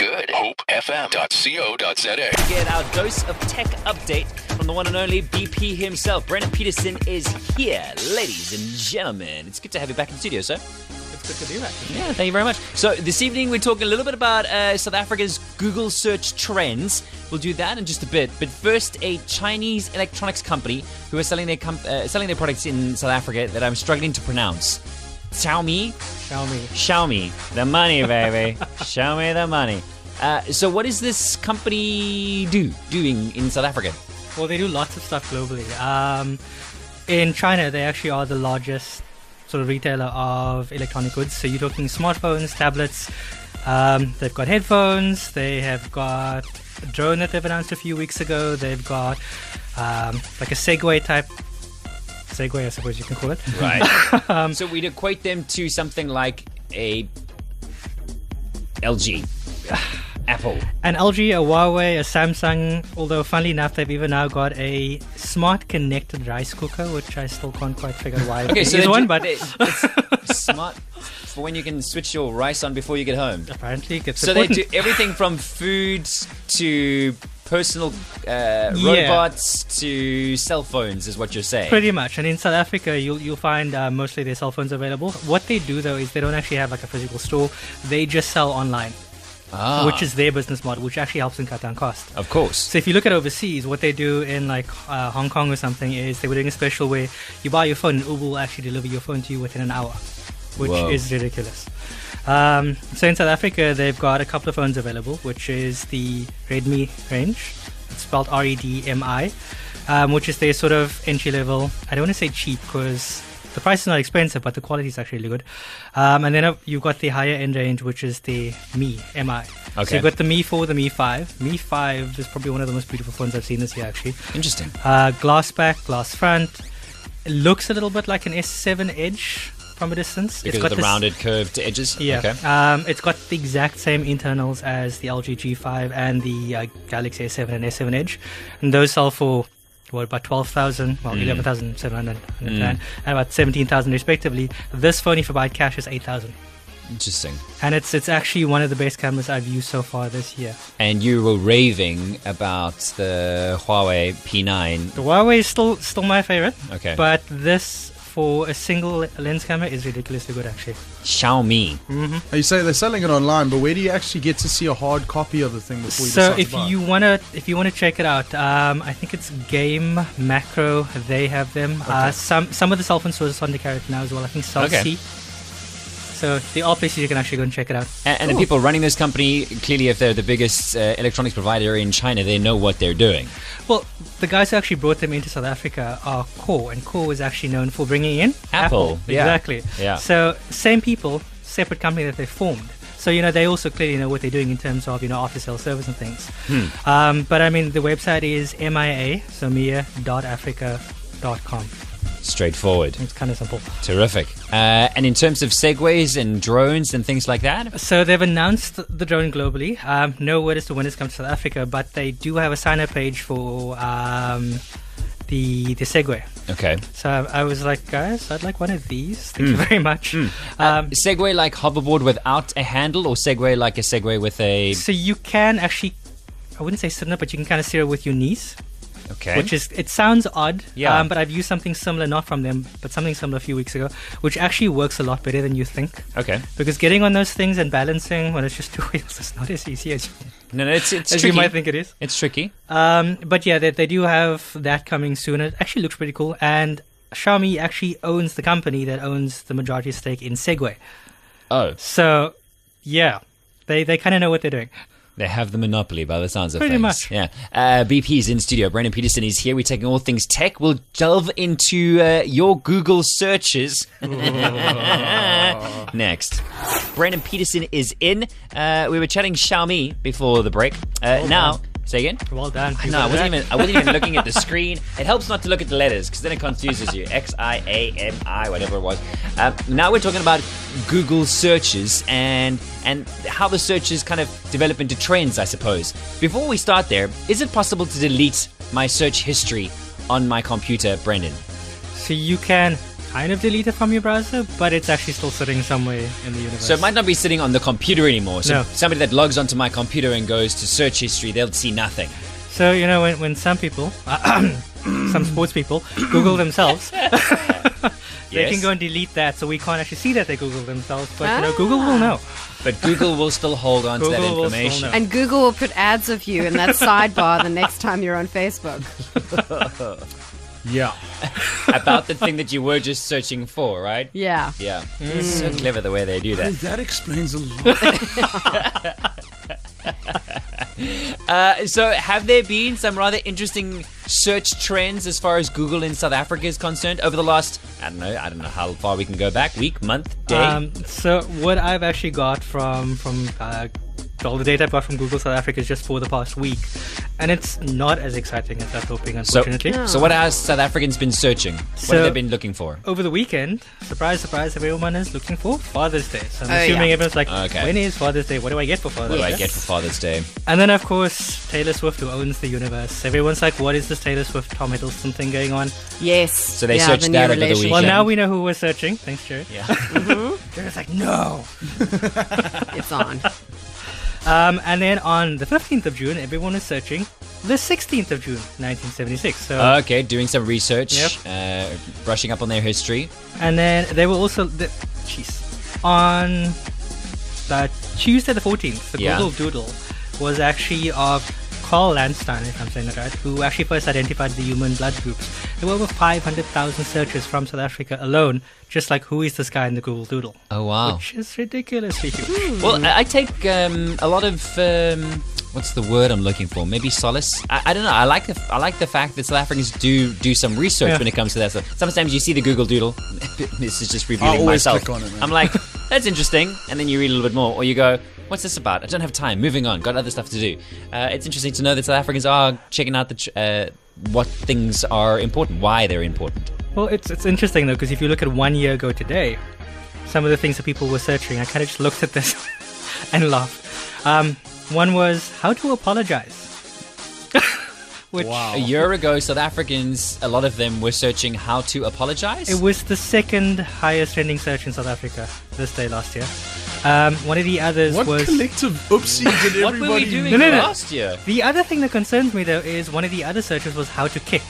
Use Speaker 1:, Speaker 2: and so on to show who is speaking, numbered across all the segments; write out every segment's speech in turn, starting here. Speaker 1: at hopefm.co.za.
Speaker 2: Get our dose of tech update from the one and only BP himself. Brendan Peterson is here, ladies and gentlemen. It's good to have you back in the studio, sir.
Speaker 3: It's good to be back.
Speaker 2: Yeah, thank you very much. So this evening we're talking a little bit about uh, South Africa's Google search trends. We'll do that in just a bit, but first, a Chinese electronics company who are selling their com- uh, selling their products in South Africa that I'm struggling to pronounce. Xiaomi,
Speaker 3: Xiaomi.
Speaker 2: Xiaomi, the money, baby. Xiaomi, the money. Uh, so, what is this company do doing in South Africa?
Speaker 3: Well, they do lots of stuff globally. Um, in China, they actually are the largest sort of retailer of electronic goods. So you're talking smartphones, tablets. Um, they've got headphones. They have got a drone that they've announced a few weeks ago. They've got um, like a Segway type. Segway, I suppose you can call it.
Speaker 2: Right.
Speaker 3: Um,
Speaker 2: so we'd equate them to something like a LG, Apple.
Speaker 3: An LG, a Huawei, a Samsung. Although, funnily enough, they've even now got a smart connected rice cooker, which I still can't quite figure why.
Speaker 2: Okay, so
Speaker 3: it is
Speaker 2: they
Speaker 3: one,
Speaker 2: do-
Speaker 3: but
Speaker 2: they- it's smart for when you can switch your rice on before you get home.
Speaker 3: apparently, it's
Speaker 2: So they do
Speaker 3: important.
Speaker 2: everything from foods to personal uh,
Speaker 3: Yeah.
Speaker 2: robots to cell phones, is what you're saying.
Speaker 3: Pretty much, and in South Africa, you'll you'll find uh, mostly their cell phones available. What they do though is they don't actually have like a physical store; they just sell online,
Speaker 2: Ah,
Speaker 3: which is their business model, which actually helps them cut down cost.
Speaker 2: of course.
Speaker 3: So if you look at overseas, what they do in like uh, Hong Kong or something is they were doing a special where you buy your phone and Uber will actually deliver your phone to you within an hour, which
Speaker 2: Whoa.
Speaker 3: is ridiculous. Um, so in South Africa, they've got a couple of phones available, which is the Redmi range. It's spelled E R-E-D-M-I, um, which is their sort of entry level. I don't want to say cheap because the price is not expensive, but the quality is actually really good. Um, and then uh, you've got the higher end range, which is the Mi, M-I. So
Speaker 2: Okay.
Speaker 3: you've got the Mi 4, the Mi 5. Mi 5 is probably one of the most beautiful phones I've seen this year, actually.
Speaker 2: Interesting.
Speaker 3: Uh, glass back, glass front. It looks a little bit like an S7 Edge from a distance.
Speaker 2: Because
Speaker 3: got
Speaker 2: of the
Speaker 3: this-
Speaker 2: rounded, curved edges.
Speaker 3: Yeah.
Speaker 2: Okay.
Speaker 3: Um, it's got the exact same internals as the LG G5 and the uh, Galaxy S7 and S7 Edge. And those sell for, what, about 12,000,
Speaker 2: Hmm.
Speaker 3: well, 11,700 and about 17,000 respectively. This phone, if you buy it cash, is 8,000.
Speaker 2: Interesting.
Speaker 3: And it's, it's actually one of the best cameras I've used so far this year.
Speaker 2: And you were raving about the Huawei P9.
Speaker 3: The Huawei is still still my favorite.
Speaker 2: Okay.
Speaker 3: But this for a single lens camera is ridiculously good actually.
Speaker 2: Xiaomi.
Speaker 4: You say they're selling it online, but where do you actually get to see a hard copy of the thing before you
Speaker 3: So
Speaker 4: decide
Speaker 3: if
Speaker 4: to buy?
Speaker 3: you wanna if you wanna check it out, um, I think it's Game Macro. They have them. Uh, some some of the cell phone stores on the carrot now as well. I think Cell
Speaker 2: Okay.
Speaker 3: C. So the all places you can actually go and check it out.
Speaker 2: And, and the people running this company, clearly, if they're the biggest uh, electronics provider in China, they know what they're doing.
Speaker 3: Well, the guys who actually brought them into South Africa are Core, and Core is actually known for bringing in
Speaker 2: Apple, yeah.
Speaker 3: Exactly.
Speaker 2: Yeah.
Speaker 3: So same people, separate company that they formed. So you know they also clearly know what they're doing in terms of you know after sales service and things.
Speaker 2: Hmm.
Speaker 3: Um, but I mean the website is MIA, so mia.africa.com.
Speaker 2: Straightforward.
Speaker 3: It's kind of simple.
Speaker 2: Terrific. Uh, and in terms of segways and drones and things like that,
Speaker 3: So they've announced the drone globally. Um, no word as to when it's coming to South Africa, but they do have a sign up page for um, the the Segway.
Speaker 2: okay.
Speaker 3: So I was like, guys, I'd like one of these. Thank
Speaker 2: Hmm.
Speaker 3: you very much. Um,
Speaker 2: Segway like hoverboard without a handle, or segway like a segway with a
Speaker 3: so you can actually, I wouldn't say sit up, but you can kind of steer it with your knees,
Speaker 2: okay,
Speaker 3: which is it sounds odd.
Speaker 2: Eh? Yeah.
Speaker 3: Um, but I've used something similar, not from them, but something similar a few weeks ago, which actually works a lot better than you think.
Speaker 2: okay.
Speaker 3: Because getting on those things and balancing when it's just two wheels is not as easy as,
Speaker 2: No, no, it's it's
Speaker 3: as
Speaker 2: tricky.
Speaker 3: you might think it is.
Speaker 2: It's tricky.
Speaker 3: Um, but yeah, they, they do have that coming soon. It actually looks pretty cool. And Xiaomi actually owns the company that owns the majority stake in Segway.
Speaker 2: Oh,
Speaker 3: So, yeah, they they kind of know what they're doing.
Speaker 2: They have the monopoly by the sounds of
Speaker 3: Pretty
Speaker 2: things.
Speaker 3: much.
Speaker 2: Yeah. Uh, BP's in studio. Brandon Peterson is here. We're taking all things tech. We'll delve into uh, your Google searches next. Brandon Peterson is in. Uh, we were chatting Xiaomi before the break. Uh, now, say again.
Speaker 3: Well done.
Speaker 2: No, I
Speaker 3: people.
Speaker 2: wasn't even. I wasn't even looking at the screen. It helps not to look at the letters because then it confuses you. X I A M I, whatever it was. Um, now we're talking about Google searches and and how the searches kind of develop into trends, I suppose. Before we start there, is it possible to delete my search history on my computer, Brendan?
Speaker 3: So you can kind of delete it from your browser, but it's actually still sitting somewhere in the universe.
Speaker 2: So it might not be sitting on the computer anymore. So
Speaker 3: No.
Speaker 2: somebody that logs onto my computer and goes to search history, they'll see nothing.
Speaker 3: So, you know, when, when some people, some sports people, Google themselves, they can
Speaker 2: Yes.
Speaker 3: go and delete that, so we can't actually see that they Google themselves, but, you know, Google will know.
Speaker 2: But Google will still hold on to that
Speaker 3: Google will still
Speaker 2: information.
Speaker 3: know.
Speaker 5: And Google will put ads of you in that sidebar the next time you're on Facebook.
Speaker 4: Yeah.
Speaker 2: about the thing that you were just searching for, right?
Speaker 5: Yeah.
Speaker 2: Yeah. It's so clever the way they do that.
Speaker 4: That explains a lot.
Speaker 2: Uh, so, have there been some rather interesting search trends as far as Google in South Africa is concerned over the last, I don't know, I don't know how far we can go back, week, month, day?
Speaker 3: Um, so what I've actually got from from uh, all the data I've got from Google South Africa is just for the past week, and it's not as exciting as I was hoping,
Speaker 2: so,
Speaker 3: unfortunately.
Speaker 2: so, what has South Africans been searching? what
Speaker 3: So-
Speaker 2: have they been looking for?
Speaker 3: Over the weekend, surprise, surprise, everyone is looking for Father's Day. So I'm
Speaker 5: Oh, yeah.
Speaker 3: assuming everyone's like,
Speaker 2: Okay.
Speaker 3: when is Father's Day? What do I get for Father's
Speaker 2: What do
Speaker 3: Day?
Speaker 2: I get for Father's Day?
Speaker 3: And then, of course, Taylor Swift, who owns the universe. Everyone's like, what is this Taylor Swift, Tom Hiddleston thing going on?
Speaker 5: Yes.
Speaker 2: So they
Speaker 5: yeah,
Speaker 2: searched that
Speaker 5: the new
Speaker 2: over the
Speaker 5: relationship.
Speaker 3: Well,
Speaker 2: Yeah.
Speaker 3: now we know who we're searching. Thanks, Jared.
Speaker 2: Yeah.
Speaker 3: Jared's like, no.
Speaker 5: It's on.
Speaker 3: Um, and then on the 15th of June, everyone is searching the 16th of June, 1976. So,
Speaker 2: okay, doing some research, uh, brushing up on their history.
Speaker 3: and then they were also, the, jeez, on the Tuesday the 14th, the
Speaker 2: Yeah.
Speaker 3: Google Doodle was actually of Carl Landstein, if I'm saying that right, who actually first identified the human blood groups. There were over 500,000 searches from South Africa alone, just like who is this guy in the Google Doodle,
Speaker 2: Oh, wow.
Speaker 3: which is ridiculously huge.
Speaker 2: Well, I I take um, a lot of um, what's the word I'm looking for? Maybe solace. I, I don't know. I like the I like the fact that South Africans do do some research
Speaker 3: Yeah.
Speaker 2: when it comes to that stuff. Sometimes you see the Google Doodle. this is just revealing
Speaker 4: always
Speaker 2: myself.
Speaker 4: click on it, man.
Speaker 2: I'm like, that's interesting, and then you read a little bit more, or you go, "What's this about?" I don't have time. Moving on. Got other stuff to do. Uh, it's interesting to know that South Africans are checking out the. Tr- uh, what things are important, why they're important.
Speaker 3: Well, it's it's interesting though because if you look at one year ago today, some of the things that people were searching, I kind of just looked at this and laughed. Um, one was how to apologize. Which
Speaker 2: A year ago, South Africans, a lot of them were searching how to apologize.
Speaker 3: It was the second highest trending search in South Africa this day last year. Um, one of the others
Speaker 4: What
Speaker 3: was.
Speaker 4: collective oopsie did
Speaker 2: what were we
Speaker 4: everybody
Speaker 2: doing
Speaker 3: No, no, no.
Speaker 2: last year?
Speaker 3: the other thing that concerns me though is one of the other searches was how to kick.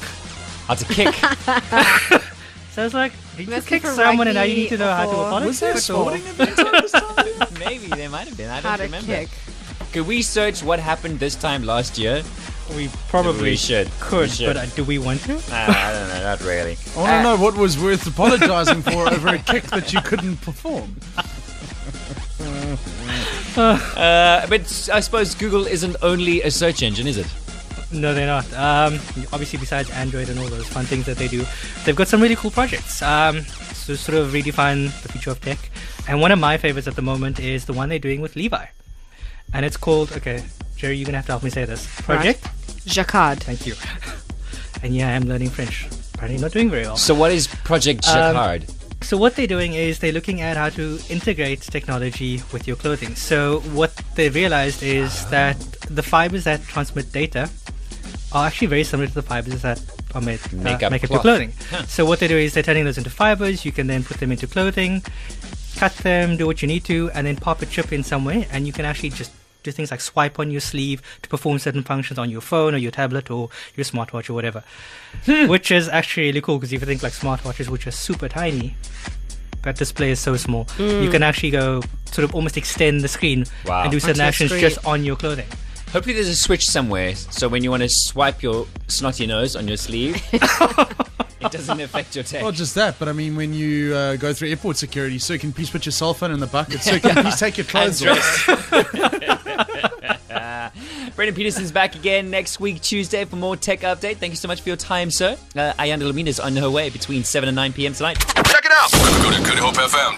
Speaker 2: How to kick.
Speaker 3: So I was like, did you
Speaker 5: Must be
Speaker 3: kick
Speaker 5: for
Speaker 3: someone and now you need to
Speaker 5: rugby
Speaker 3: know how to
Speaker 5: or-
Speaker 3: apologize?
Speaker 4: Was there a
Speaker 3: Or-
Speaker 4: sporting event at this time?
Speaker 2: Maybe there might have been. I don't
Speaker 5: How to
Speaker 2: remember.
Speaker 5: kick.
Speaker 2: Could we search what happened this time last year?
Speaker 3: We
Speaker 2: We
Speaker 3: probably
Speaker 2: should. We
Speaker 3: could,
Speaker 2: should.
Speaker 3: but uh, do we want to?
Speaker 2: Ah, I don't know. Not really.
Speaker 4: I want to know what was worth apologizing for over a kick that you couldn't perform.
Speaker 2: Uh, but s- I suppose Google isn't only a search engine, is it?
Speaker 3: No, they're not. Um, obviously, besides Android and all those fun things that they do, they've got some really cool projects um, to sort of redefine the future of tech. And one of my favorites at the moment is the one they're doing with Levi. And it's called, okay, Jerry, you're going to have to help me say this. Project?
Speaker 5: Jacquard.
Speaker 3: Thank you. and yeah, I am learning French. Apparently, not doing very well.
Speaker 2: So what is Project
Speaker 3: Um,
Speaker 2: Jacquard?
Speaker 3: So what they're doing is they're looking at how to integrate technology with your clothing. So what they realized is that the fibers that transmit data are actually very similar to the fibers that are made uh,
Speaker 2: Make up
Speaker 3: make up your
Speaker 2: cloth.
Speaker 3: clothing. So what they do is they're turning those into fibers. You can then put them into clothing, cut them, do what you need to, and then pop a chip in somewhere, and you can actually just do things like swipe on your sleeve to perform certain functions on your phone or your tablet or your smartwatch or whatever. Which is actually really cool because if you think like smartwatches, which are super tiny, that display is so small.
Speaker 5: Mm.
Speaker 3: You can actually go sort of almost extend the screen
Speaker 2: Wow.
Speaker 3: and do certain
Speaker 5: Onto the
Speaker 3: actions
Speaker 5: screen.
Speaker 3: just on your clothing.
Speaker 2: Hopefully there's a switch somewhere, so when you want to swipe your snotty nose on your sleeve, it doesn't affect your tech.
Speaker 4: Not just that, but I mean, when you uh, go through airport security, so can please put your cell phone in the bucket, so can please take your clothes off.
Speaker 2: Brendan Peterson's back again next week, Tuesday, for more tech update. Thank you so much for your time, sir. Uh, Ayanda Lamina's on her way between 7 and 9 p.m. tonight.
Speaker 1: Check it out. Go to goodhopefm.co.za.